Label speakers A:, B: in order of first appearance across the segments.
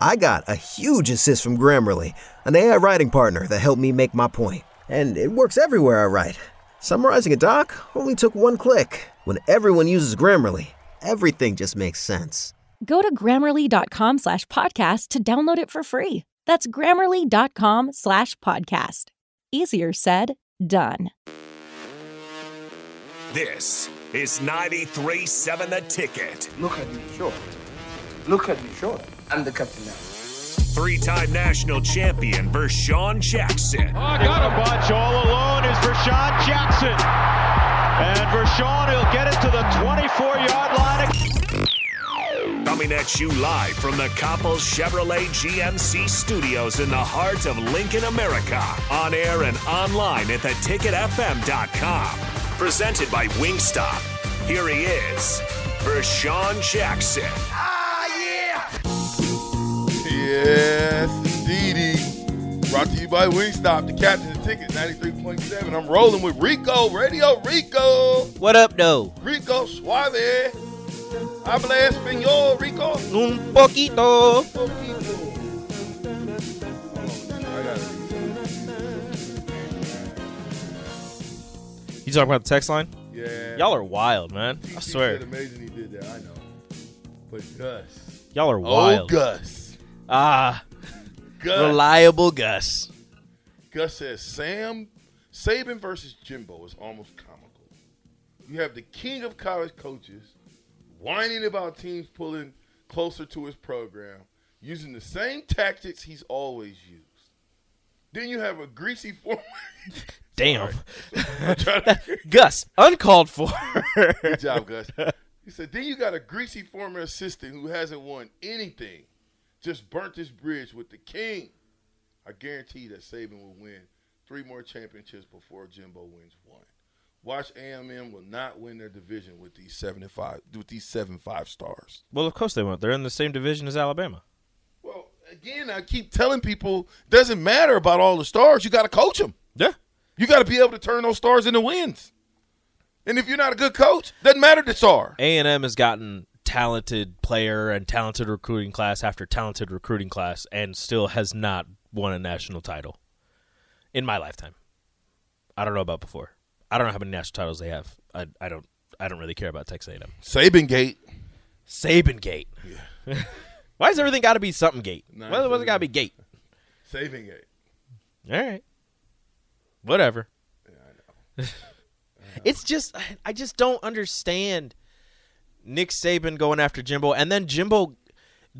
A: I got a huge assist from Grammarly, an AI writing partner that helped me make my point. And it works everywhere I write. Summarizing a doc only took one click. When everyone uses Grammarly, everything just makes sense.
B: Go to grammarly.com/podcast to download it for free. That's grammarly.com/podcast. Easier said, done.
C: This is 93.7 The Ticket.
D: Look at me, sure. Look at me, sure. I'm the captain now.
C: Three-time national champion Vershawn Jackson.
E: Oh, got a bunch all alone is Vershawn Jackson. And Vershawn, he'll get it to the 24-yard line.
C: Coming at you live from the Coppel Chevrolet GMC studios in the heart of Lincoln, America. On air and online at theticketfm.com. Presented by Wingstop. Here he is, Vershawn Jackson.
F: Yes, indeedy. Brought to you by Wingstop, the captain of the ticket, 93.7. I'm rolling with Rico, Radio Rico,
G: What up, though?
F: Rico Suave. Habla Espanol, Rico.
G: Un poquito.
F: I gotta
G: You talking about the text line?
F: be- Yeah.
G: Y'all are wild, man. I
F: He
G: swear.
F: said amazing he did that, I know. But Gus.
G: Y'all are
F: Oh,
G: wild.
F: Gus.
G: Ah,
F: Gus.
G: reliable Gus.
F: Gus says Sam Saban versus Jimbo is almost comical. You have the king of college coaches whining about teams pulling closer to his program, using the same tactics he's always used. Then you have a greasy former.
G: Damn.
F: I'm trying to-
G: Gus, uncalled for.
F: Good job, Gus. He said, then you got a greasy former assistant who hasn't won anything, just burnt this bridge with the king. I guarantee that Saban will win three more championships before Jimbo wins one. Watch AMM will not win their division with these seven and five with these seven five stars.
G: well, of course they won't. They're in the same division as Alabama.
F: Well, again, I keep telling people doesn't matter about all the stars. You got to coach them.
G: Yeah.
F: You got to be able to turn those stars into wins. And if you're not a good coach, doesn't matter the star.
G: A&M has gotten talented player and talented recruiting class after talented recruiting class and still has not won a national title in my lifetime. I don't know about before. I don't know how many national titles they have. I, I don't I don't really care about Texas A&M.
F: Saban Gate.
G: Saban Gate. Why does everything got to be something gate?
F: No,
G: Why does it
F: absolutely.
G: got to be gate?
F: Saving it.
G: All right. Whatever. it's just I- I just don't understand Nick Saban going after Jimbo and then Jimbo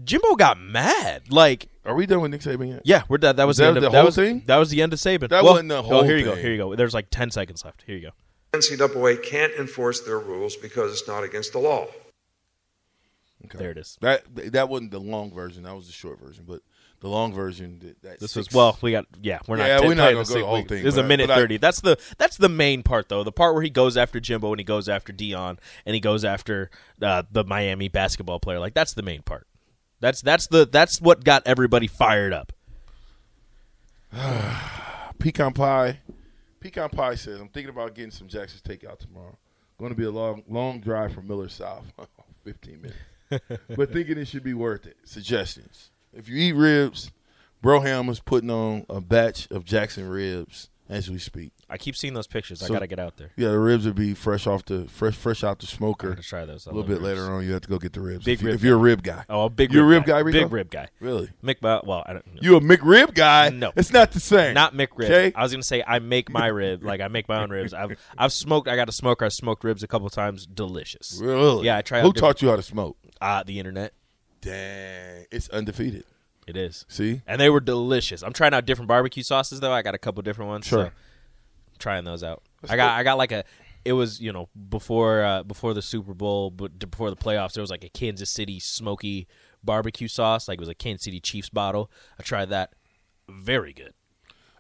G: Jimbo got mad. Like,
F: Are we done with Nick Saban yet?
G: yeah, we're done. That was
F: that
G: the end of
F: the
G: that
F: whole
G: was,
F: thing?
G: That was the end of Saban.
F: That
G: Well,
F: wasn't the
G: oh,
F: whole
G: here you go.
F: thing.
G: Here you go. There's like 10 seconds left. Here you go.
H: NCAA can't enforce their rules because it's not against the law.
F: Okay.
G: There it is.
F: That that wasn't the long version. That was the short version. But the long version. That, that
G: This
F: six-
G: was well, we got yeah, we're not
F: Yeah,
G: t-
F: we're not
G: playing
F: gonna
G: the
F: go
G: same
F: the whole
G: week.
F: thing,
G: This is a
F: but-
G: minute
F: but I-
G: 30. That's the that's the main part though. The part where he goes after Jimbo and he goes after Dion and he goes after uh, the Miami basketball player. Like that's the main part. That's that's the that's what got everybody fired up.
F: pecan pie. Pecan pie says I'm thinking about getting some Jackson's takeout tomorrow. Going to be a long long drive from Miller South, 15 minutes. but thinking it should be worth it. Suggestions: If you eat ribs, Bro Hammer's putting on a batch of Jackson ribs as we speak.
G: I keep seeing those pictures. I
F: So-
G: gotta get out there.
F: Yeah, the ribs would be fresh off the fresh fresh out the
G: I'm
F: smoker.
G: gonna try those.
F: A
G: I
F: little
G: love
F: bit
G: ribs.
F: later on, you have to go get the ribs.
G: Big
F: if, you,
G: rib
F: if you're a rib guy.
G: Oh, big.
F: You're a
G: rib
F: rib guy, Rico?
G: Big rib guy.
F: Really?
G: Mick. Bo- Well, I don't.
F: You a McRib guy?
G: No.
F: it's not the same.
G: Not Mick rib.
F: Okay,
G: I was gonna say I make my rib. Like I make my own ribs. I've I've smoked. I got a smoker. I smoked ribs a couple times. Delicious.
F: really?
G: Yeah, I try.
F: Who
G: out different-
F: taught you how to smoke?
G: Uh, the internet.
F: Dang, it's undefeated.
G: It is.
F: See?
G: And they were delicious. I'm trying out different barbecue sauces though. I got a couple different ones. So
F: Sure.
G: I'm trying those out. I got I got like a it was, you know, before uh, before the Super Bowl, but d- before the playoffs, there was like a Kansas City smoky barbecue sauce. Like it was a Kansas City Chiefs bottle. I tried that. Very good.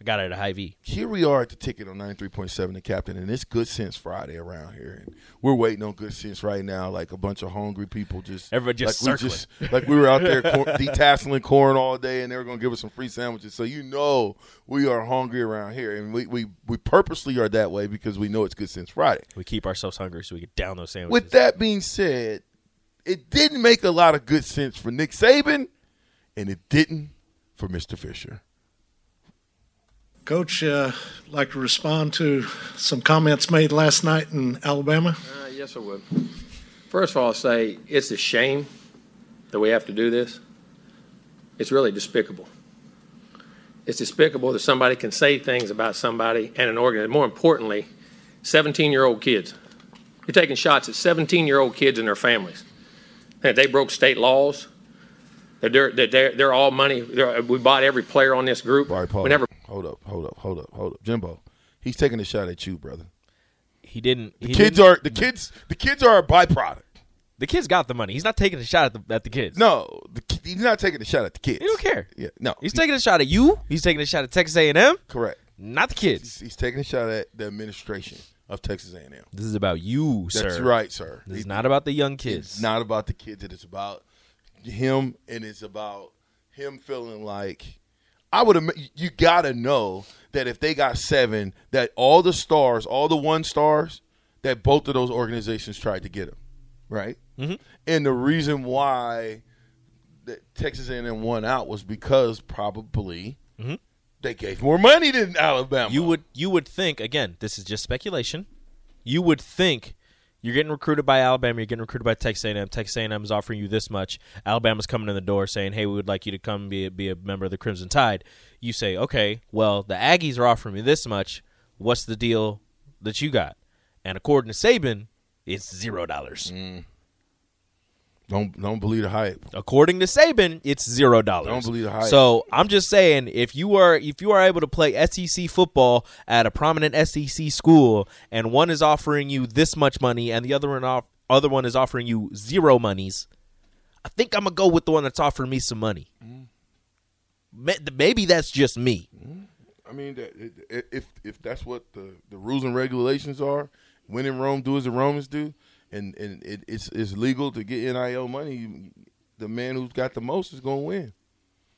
G: I got it at High V.
F: Here we are at the ticket on 93.7 the captain and it's good sense Friday around here and we're waiting on good sense right now like a bunch of hungry people just
G: Everybody just
F: like we
G: circling.
F: like we were out there cor- detasseling corn all day and they were going to give us some free sandwiches so you know we are hungry around here and we, we we purposely are that way because we know it's good sense Friday.
G: We keep ourselves hungry so we get down those sandwiches.
F: With that being said, it didn't make a lot of good sense for Nick Saban and it didn't for Mr. Fisher.
I: Coach, uh, like to respond to some comments made last night in Alabama.
H: Uh, yes, I would. First of all, I'll say it's a shame that we have to do this. It's really despicable. It's despicable that somebody can say things about somebody and an organ. More importantly, 17-year-old kids. You're taking shots at 17-year-old kids and their families. That they broke state laws. That they're that they're, they're all money. They're, we bought every player on this group.
F: All right, Paul.
H: we never
F: Hold up, hold up, hold up, hold up, Jimbo. He's taking a shot at you, brother.
G: he didn't he
F: kids
G: didn't-
F: are the kids. The kids are a byproduct.
G: the kids got the money. He's not taking a shot at the at the kids.
F: No, the, ki- he's not taking a shot at the kids.
G: He don't care.
F: Yeah, no,
G: He's taking a shot at you. He's taking a shot at Texas A and M.
F: correct.
G: Not the kids.
F: He's, he's taking a shot at the administration of Texas A&M.
G: This is about you, sir.
F: That's right, sir.
G: This
F: He-
G: is not about the young
F: It's
G: kids.
F: not about the kids. It is about him, and it's about him feeling like I would. am- You gotta know that if they got seven, that all the stars, all the one stars, that both of those organizations tried to get him, right? Mm-hmm. And the reason why that Texas A&M won out was because probably they gave more money than Alabama.
G: You would you would think again. This is just speculation. You would think you're getting recruited by Alabama. You're getting recruited by Texas A&M. Texas A&M is offering you this much. Alabama's coming in the door saying, "Hey, we would like you to come be a, be a member of the Crimson Tide." You say, "Okay, well, the Aggies are offering me this much. What's the deal that you got?" And according to Saban, it's zero dollars.
F: don't don't believe the hype.
G: According to Saban, it's zero dollars.
F: Don't believe the hype.
G: So I'm just saying, if you are if you are able to play SEC football at a prominent SEC school, and one is offering you this much money, and the other one off, other one is offering you zero monies, I think I'm gonna go with the one that's offering me some money.
F: Mm.
G: Ma- Maybe that's just me.
F: I mean, that- it- it- if if that's what the, the rules and regulations are, when in Rome, do as the Romans do, and and it, it's it's legal to get nil money. you- The man who's got the most is going to win.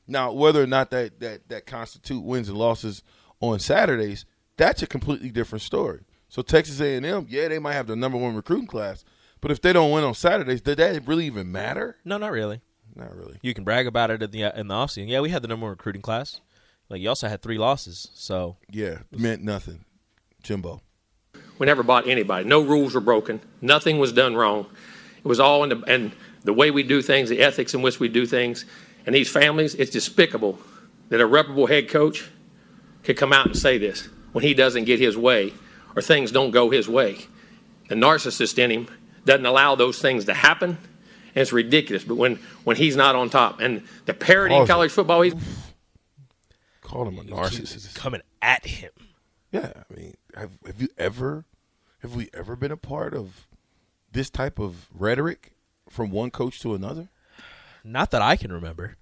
F: Now, whether or not that that that constitute wins and losses on Saturdays, that's a completely different story. So Texas A and M, yeah, they might have the number one recruiting class, but if they don't win on Saturdays, did that really even matter?
G: No, not really.
F: Not really.
G: You can brag about it in the in the offseason. Yeah, we had the number one recruiting class. Like you also had three losses. So
F: Yeah, meant nothing, Jimbo.
H: We never bought anybody. No rules were broken. Nothing was done wrong. It was all in the, and the way we do things, the ethics in which we do things, and these families. It's despicable that a reputable head coach could come out and say this when he doesn't get his way or things don't go his way. The narcissist in him doesn't allow those things to happen, and it's ridiculous. But when when he's not on top, and the parity in
F: Awesome.
H: college football, he's
F: Call him a narcissist.
G: coming at him.
F: Yeah, I mean, have have you ever, have we ever been a part of this type of rhetoric from one coach to another?
G: Not that I can remember.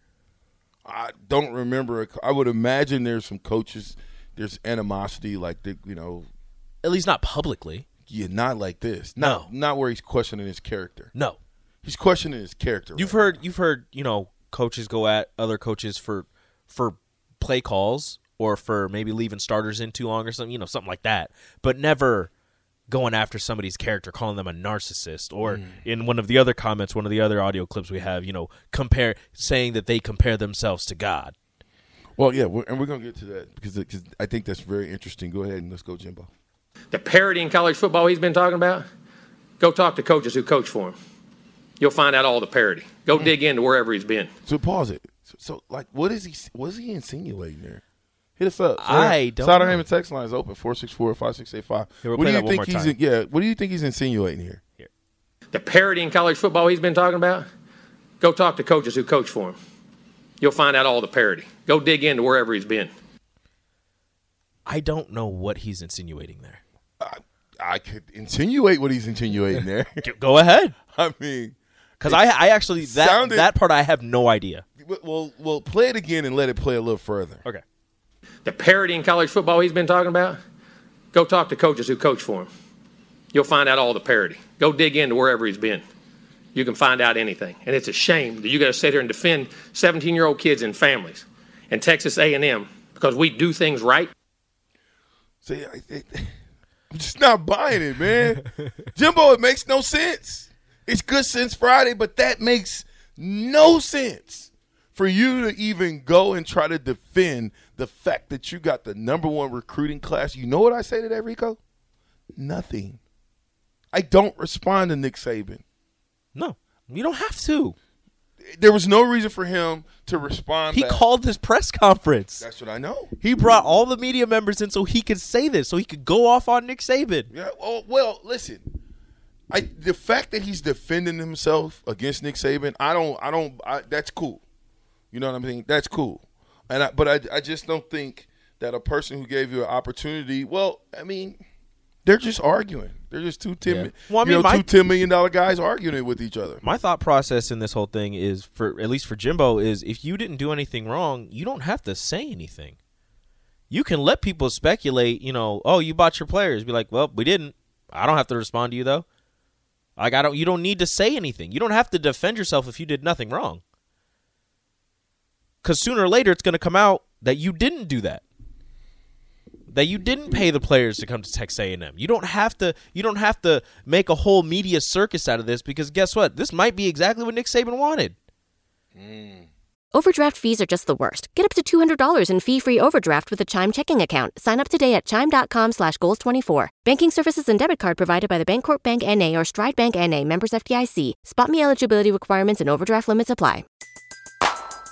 F: I don't remember. A, co- I would imagine there's some coaches, there's animosity, like the, you know,
G: At least not publicly.
F: yeah, not like this.
G: No.
F: Not, not where he's questioning his character.
G: No.
F: He's questioning his character.
G: You've
F: right
G: heard you've heard, you know, coaches go at other coaches for for play calls or for maybe leaving starters in too long or something, you know, something like that. But never going after somebody's character, calling them a narcissist or in one of the other comments, one of the other audio clips we have, you know, compare saying that they compare themselves to God.
F: now. Well, yeah, we're, and we're going to get to that because because I think that's very interesting. Go ahead and let's go, Jimbo.
H: The parity in college football he's been talking about, go talk to coaches who coach for him. You'll find out all the parity. Go dig into wherever he's been.
F: Hmm. So pause it. So, so like, what is he? What is he insinuating there? Hit us up.
G: I don't
F: Solder
G: know.
F: Hammond text line is open 464-5685.
G: Here, we'll
F: what
G: play
F: do you
G: that one
F: think
G: more
F: he's?
G: time.
F: in- Yeah. What do you think he's insinuating here?
H: The parity in college football he's been talking about, go talk to coaches who coach for him. You'll find out all the parity. Go dig into wherever he's been.
G: I don't know what he's insinuating there.
F: I could insinuate what he's insinuating there.
G: Go ahead,
F: I mean,
G: because I, I actually that
F: Sounded-
G: that part I have no idea.
F: well, well, play it again and let it play a little further.
G: Okay,
H: The parity in college football he's been talking about, go talk to coaches who coach for him. You'll find out all the parity. Go dig into wherever he's been. You can find out anything. And it's a shame that you got to sit here and defend 17-year-old kids and families and Texas A&M because we do things right.
F: See, I, it, I'm just not buying it, man. Jimbo, it makes no sense. It's good since Friday, but that makes no sense for you to even go and try to defend the fact that you got the number one recruiting class. You know what I say to that, Rico? Nothing. I don't respond to Nick Saban.
G: no, you don't have to.
F: There was no reason for him to respond.
G: He
F: back.
G: called this press conference.
F: That's what I know.
G: He brought all the media members in so he could say this, so he could go off on Nick Saban.
F: Yeah. Well, well, listen. I the fact that he's defending himself against Nick Saban, I don't, I don't. I, that's cool. You know what I'm saying? That's cool. And I, but I, I just don't think that a person who gave you an opportunity. Well, I mean, they're just arguing. They're just two ten.
G: Well, I
F: you know,
G: mean, my-
F: two ten million dollar guys arguing with each other.
G: My thought process in this whole thing is, for at least for Jimbo, is if you didn't do anything wrong, you don't have to say anything. You can let people speculate. You know, oh, you bought your players. Be like, well, we didn't. I don't have to respond to you though. Like I don't. You don't need to say anything. You don't have to defend yourself if you did nothing wrong. Because sooner or later, it's going to come out that you didn't do that. that you didn't pay the players to come to Texas A&M. You don't have to you don't have to make a whole media circus out of this because guess what? This might be exactly what Nick Saban wanted.
J: Overdraft fees are just the worst. Get up to $200 in fee-free overdraft with a Chime checking account. Sign up today at Chime.com slash Goals24. Banking services and debit card provided by the Bancorp Bank N.A. or Stride Bank N.A. Members FDIC. Spot me eligibility requirements and overdraft limits apply.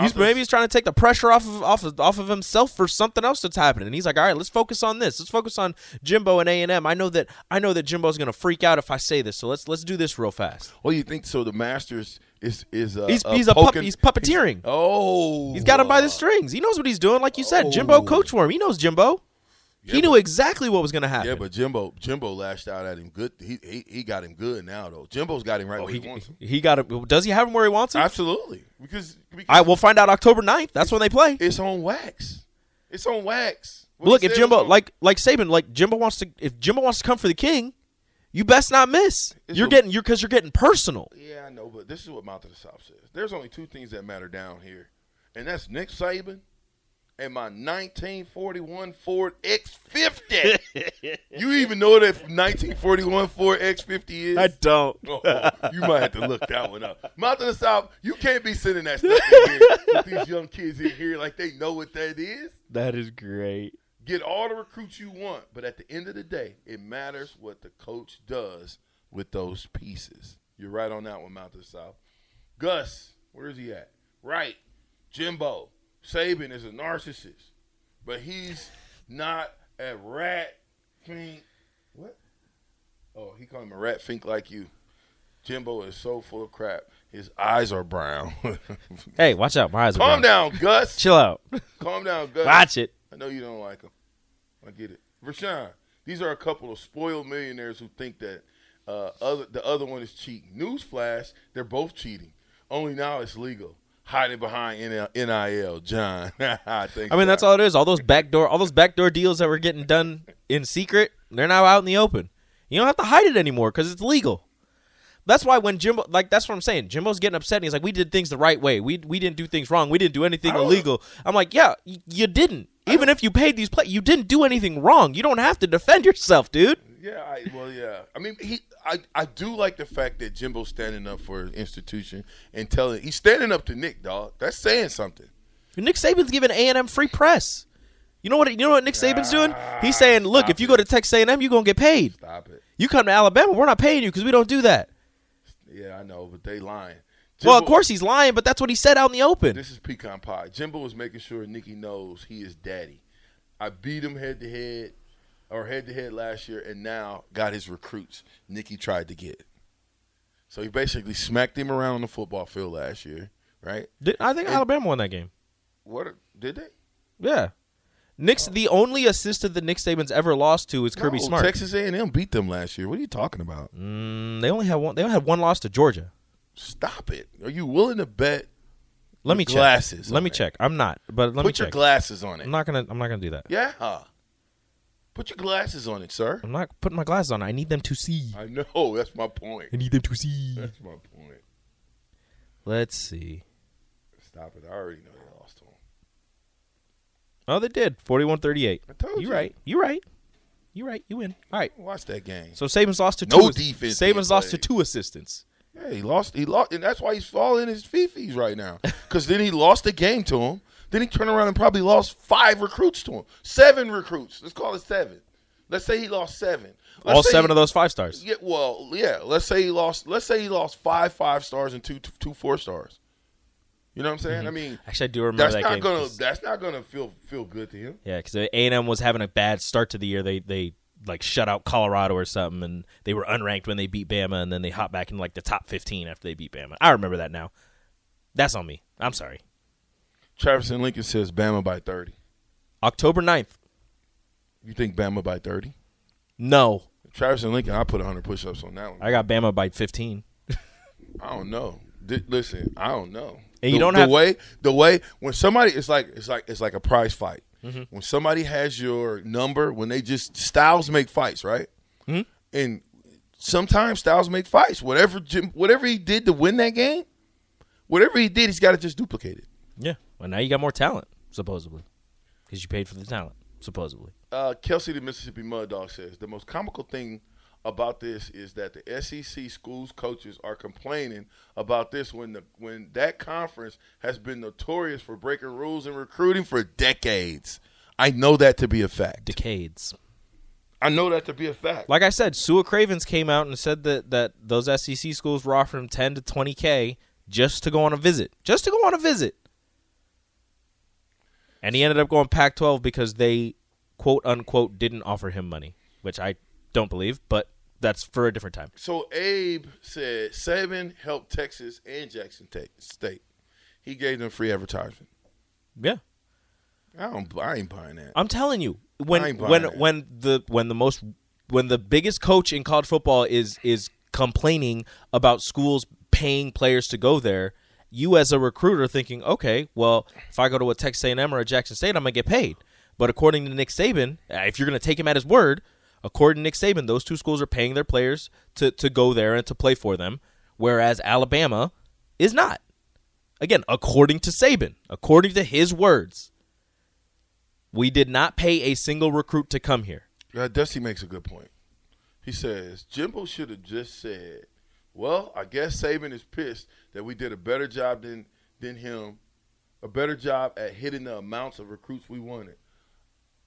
G: He's, maybe he's trying to take the pressure off of, off of off of himself for something else that's happening. And he's like, "All right, let's focus on this. Let's focus on Jimbo and A&M. I know that I know that Jimbo's going to freak out if I say this. So let's let's do this real fast."
F: Well, you think so? The Masters is is uh,
G: He's-
F: uh,
G: he's a pup-
F: poking-
G: he's puppeteering.
F: oh,
G: He's got him by the strings. He knows what he's doing. Like you said, Jimbo coached for him. He knows Jimbo. he knew exactly what was going to happen.
F: Yeah, but Jimbo Jimbo lashed out at him good. He he, he got him good now though. Jimbo's got him right where he, wants him.
G: Oh, he got it. Does he have him where he wants him?
F: Absolutely, because, because
G: All right, we'll find out October 9th. That's when they play.
F: it's on wax. It's on wax. What
G: Look,
F: he
G: if
F: said
G: Jimbo
F: was on-
G: like like Saban, like Jimbo wants to if Jimbo wants to come for the king, you best not miss.
F: It's
G: you're
F: a-
G: getting you're cuz you're getting personal.
F: yeah, I know, but this is what Mouth of the South says. There's only two things that matter down here, and that's Nick Saban and my 1941 Ford X50. you even know what that 1941 Ford X50 is?
G: don't.
F: Oh, you might have to look that one up. Mouth of the South, you can't be sending that stuff in here with these young kids in here like they know what that is.
G: That is great.
F: Get all the recruits you want, but at the end of the day, it matters what the coach does with those pieces. You're right on that one, Mouth of the South. Gus, where is he at? Right. Jimbo. Saban is a narcissist, but he's not a rat fink. What? Oh, he called him a rat fink like you. Jimbo is so full of crap. His eyes are brown.
G: Hey, watch out. My eyes are
F: Calm
G: brown.
F: down, Gus.
G: Chill out.
F: Calm down, Gus.
G: Watch it.
F: I know you don't like them. I get it. Rashawn, these are a couple of spoiled millionaires who think that uh, other, the other one is cheating. Newsflash, they're both cheating. Only now it's legal. hiding behind NL NIL, John. I think.
G: I mean, that's all it is. All those backdoor, all those backdoor deals that were getting done in secret, they're now out in the open. You don't have to hide it anymore because it's legal. That's why when Jimbo, like, that's what I'm saying. Jimbo's getting upset. And he's like, "We did things the right way. We we didn't do things wrong. We didn't do anything illegal." I'm like, "Yeah, y- you didn't. Even if you paid these play, you didn't do anything wrong. You don't have to defend yourself, dude."
F: Yeah, I, well, yeah. I mean, he, I, I do like the fact that Jimbo's standing up for his institution and telling he's standing up to Nick, dog. That's saying something.
G: Nick Saban's giving A and M free press. You know what? You know what Nick Saban's doing? He's saying, "Look, if you go to Texas A and M, you're gonna get paid.
F: Stop it.
G: You come to Alabama, we're not paying you because we don't do that."
F: Yeah, I know, but they lying.
G: well, of course he's lying, but that's what he said out in the open.
F: This is pecan pie. Jimbo is making sure Nikki knows he is daddy. I beat him head to head, or head to head last year, and now got his recruits. Nikki tried to get. So he basically smacked him around on the football field last year, right?
G: Did, I think
F: And-
G: Alabama won that game.
F: What a- did they?
G: Yeah. Nick's the only assistant that Nick Saban's ever lost to is Kirby
F: Oh. No,
G: Smart.
F: Texas A&M beat them last year. What are you talking about?
G: Mm, they only had one. They only had one loss to Georgia.
F: Stop it. Are you willing to bet?
G: Let
F: your
G: me check.
F: Glasses.
G: Let me check. I'm not. But let me
F: Put your
G: check.
F: glasses on it.
G: I'm not gonna. I'm not gonna do that.
F: Yeah. Put your glasses on it, sir.
G: I'm not putting my glasses on. I need them to see.
F: I know. That's my point.
G: I need them to see.
F: That's my point.
G: Let's see.
F: Stop it. I already know they lost to him.
G: Oh, they did. 41-38. I
F: told
G: you. right. You right. You right. You win. All right.
F: Watch that game.
G: So Saban's lost to
F: No
G: two.
F: defense being
G: Saban's lost to two assistants.
F: Yeah, he lost. He lost, and that's why he's falling his fifis right now. Because then he lost a game to him. Then he turned around and probably lost five recruits to him. Seven recruits. Let's call it seven. Let's say he lost seven. Let's
G: All
F: say
G: seven
F: he-
G: of those five stars.
F: Yeah, well, yeah. Let's say he lost. Let's say he lost five five stars and two two four stars. You know what I'm saying?
G: Mhm.
F: Mm-hmm. I mean,
G: Actually, I do remember
F: that's
G: that
F: not
G: game
F: gonna
G: 'cause-
F: that's not gonna feel feel good to him.
G: Yeah, because A and M was having a bad start to the year. They they like shut out Colorado or something, and they were unranked when they beat Bama, and then they hopped back in like the top fifteen after they beat Bama. I remember that now. That's on me. I'm sorry.
F: Travis and Lincoln says Bama by thirty.
G: October 9th.
F: You think Bama by thirty?
G: No,
F: Travis and Lincoln, I put 100 push-ups on that one.
G: I got Bama by fifteen.
F: I don't know. Di- listen, I don't know.
G: And
F: the,
G: you don't
F: the
G: have-
F: way the way when somebody it's like it's like it's like a prize fight.
G: Mhm.
F: When somebody has your number, when they just styles make fights, right?
G: Mhm.
F: And sometimes styles make fights. Whatever Jim, whatever he did to win that game, whatever he did, he's got to just duplicate it.
G: Yeah. Well, now you got more talent supposedly, because you paid for the talent supposedly.
F: uh, Kelsey the Mississippi Mud Dog says the most comical thing about this is that the SEC schools coaches are complaining about this when the when that conference has been notorious for breaking rules and recruiting for decades. I know that to be a fact.
G: Decades.
F: I know that to be a fact.
G: Like I said, Sua Cravens came out and said that that those SEC schools were offering ten to twenty k just to go on a visit, just to go on a visit. And he ended up going Pac-12 because they, quote unquote, didn't offer him money, which I don't believe, but that's for a different time.
F: So Abe said Saban helped Texas and Jackson Ta- State. He gave them free advertisement.
G: Yeah,
F: I don't. I ain't buying that.
G: I'm telling you,
F: I
G: when
F: ain't buying
G: when
F: that.
G: when the when the most when the biggest coach in college football is is complaining about schools paying players to go there, you as a recruiter thinking, okay, well, if I go to a Texas A&M or a Jackson State, I'm gonna get paid. But according to Nick Saban, uh, if you're gonna take him at his word, according to Nick Saban, those two schools are paying their players to to go there and to play for them, whereas Alabama is not. Again, according to Saban, according to his words. We did not pay a single recruit to come here.
F: Yeah, Dusty makes a good point. He says Jimbo should have just said, "Well, I guess Saban is pissed that we did a better job than than him, a better job at hitting the amounts of recruits we wanted.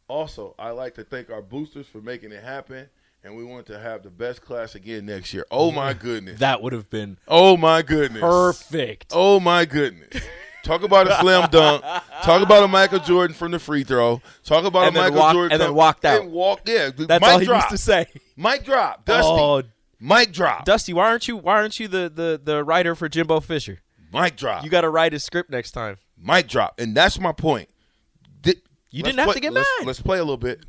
F: Also, I like to thank our boosters for making it happen, and we want to have the best class again next year. Oh my goodness,
G: That would have been
F: oh my goodness,
G: perfect.
F: Oh my goodness." Talk about a slam dunk. Talk about a Michael Jordan from the free throw. Talk about
G: And
F: a
G: then
F: Michael
G: walk-
F: Jordan
G: and then
F: come-
G: walked out.
F: And walked. Yeah,
G: That's
F: mic
G: all he
F: drop.
G: used to say.
F: Mic drop, Dusty.
G: Oh.
F: Mic drop.
G: Dusty, why aren't you why aren't you the the, the writer for Jimbo Fisher?
F: Mic drop.
G: You got to write his script next time.
F: Mic drop. And that's my point. Di-
G: You
F: let's
G: didn't have
F: play-
G: to get
F: let's,
G: mad.
F: Let's play a little bit.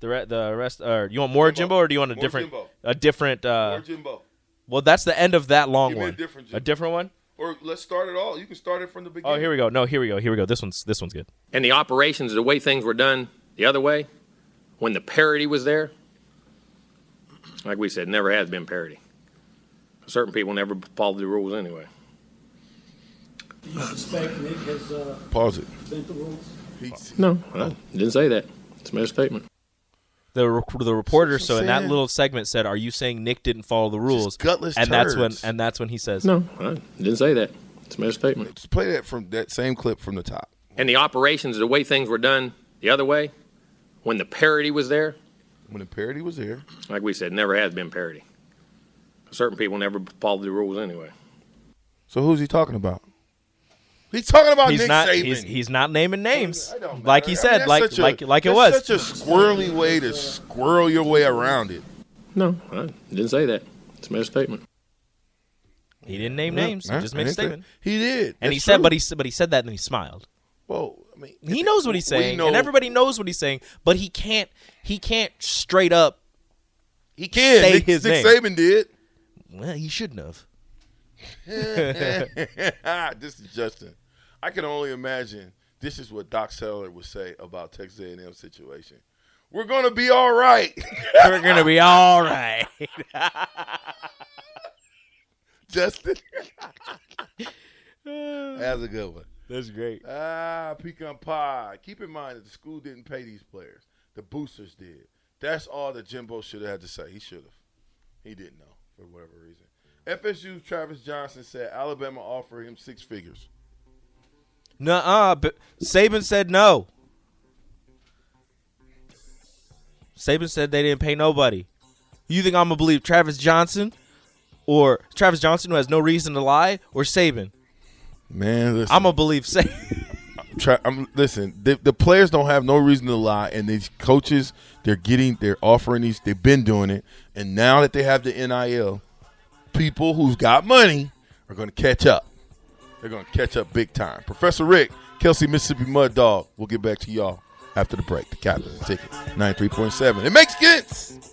G: The re- the rest or you want more Jimbo, or do you want a
F: More
G: different
F: Jimbo.
G: a different uh
F: Jimbo.
G: Well, that's the end of that long
F: Give me a
G: one.
F: different
G: A different one?
F: Or let's start it all. You can start it from the beginning.
G: Oh, here we go. No, here we go. Here we go. This one's this one's good.
H: And the operations, the way things were done the other way, when the parity was there, like we said, never has been parity. Certain people never follow the rules anyway.
K: Do you suspect Nick has uh,
H: Pause it.
K: bent the rules?
H: No, I didn't say that. It's my statement.
G: The re- the reporter so in that
H: saying.
G: little segment said, "Are you saying Nick didn't follow the rules?"
F: gutless
G: and that's
F: turds.
G: when and that's when he says,
H: No, I didn't say that. It's my statement.
F: Just play that from that same clip from the top.
H: and the operations, the way things were done the other way, when the parity was there.
F: When the parity was there.
H: Like we said, never has been parity. Certain people never follow the rules anyway.
F: So who's he talking about? He's talking about
G: he's
F: Nick
G: not
F: Saban.
G: he's, he's not naming names like he
F: I mean,
G: said
F: that's
G: like
F: such a-
G: like like it
F: that's
G: was
F: such a squirrely way to squirrel your way around it.
H: No, I didn't say that. It's my statement.
G: he didn't name
H: Yeah,
G: names
H: yeah,
G: he just made
H: I
G: a
H: didn't say-
G: statement
F: he did
G: and he
H: That's
G: said
H: true.
G: but he s- but he said that and he smiled
F: Well, I mean
G: he knows what he's
F: we
G: saying
F: know-
G: and everybody knows what he's saying but he can't he can't straight up
F: he can
G: say
F: Nick,
G: his
F: Nick
G: name
F: Saban did.
G: well he shouldn't have
F: this is Justin. I can only imagine this is what Doc Seller would say about Texas A&M situation. We're gonna be all right.
G: we're gonna be all right
F: Justin. That's a good one.
G: That's great.
F: Ah, pecan pie. Keep in mind that the school didn't pay these players. The boosters did. That's all that Jimbo should have had to say. He should have. He didn't know for whatever reason. FSU Travis Johnson said Alabama offered him six figures.
G: Nuh-uh, but Saban said no. Saban said they didn't pay nobody. You think I'm gonna believe Travis Johnson or Travis Johnson who has no reason to lie or Saban?
F: Man, listen.
G: I'm gonna believe Saban.
F: Tra- I'm listen. The, the players don't have no reason to lie, and these coaches they're getting, they're offering these. They've been doing it, and now that they have the NIL, people who's got money are going to catch up. They're going to catch up big time. Professor Rick, Kelsey, Mississippi Mud Dog. We'll get back to y'all after the break. The Captain Ticket ninety three point seven. It makes sense.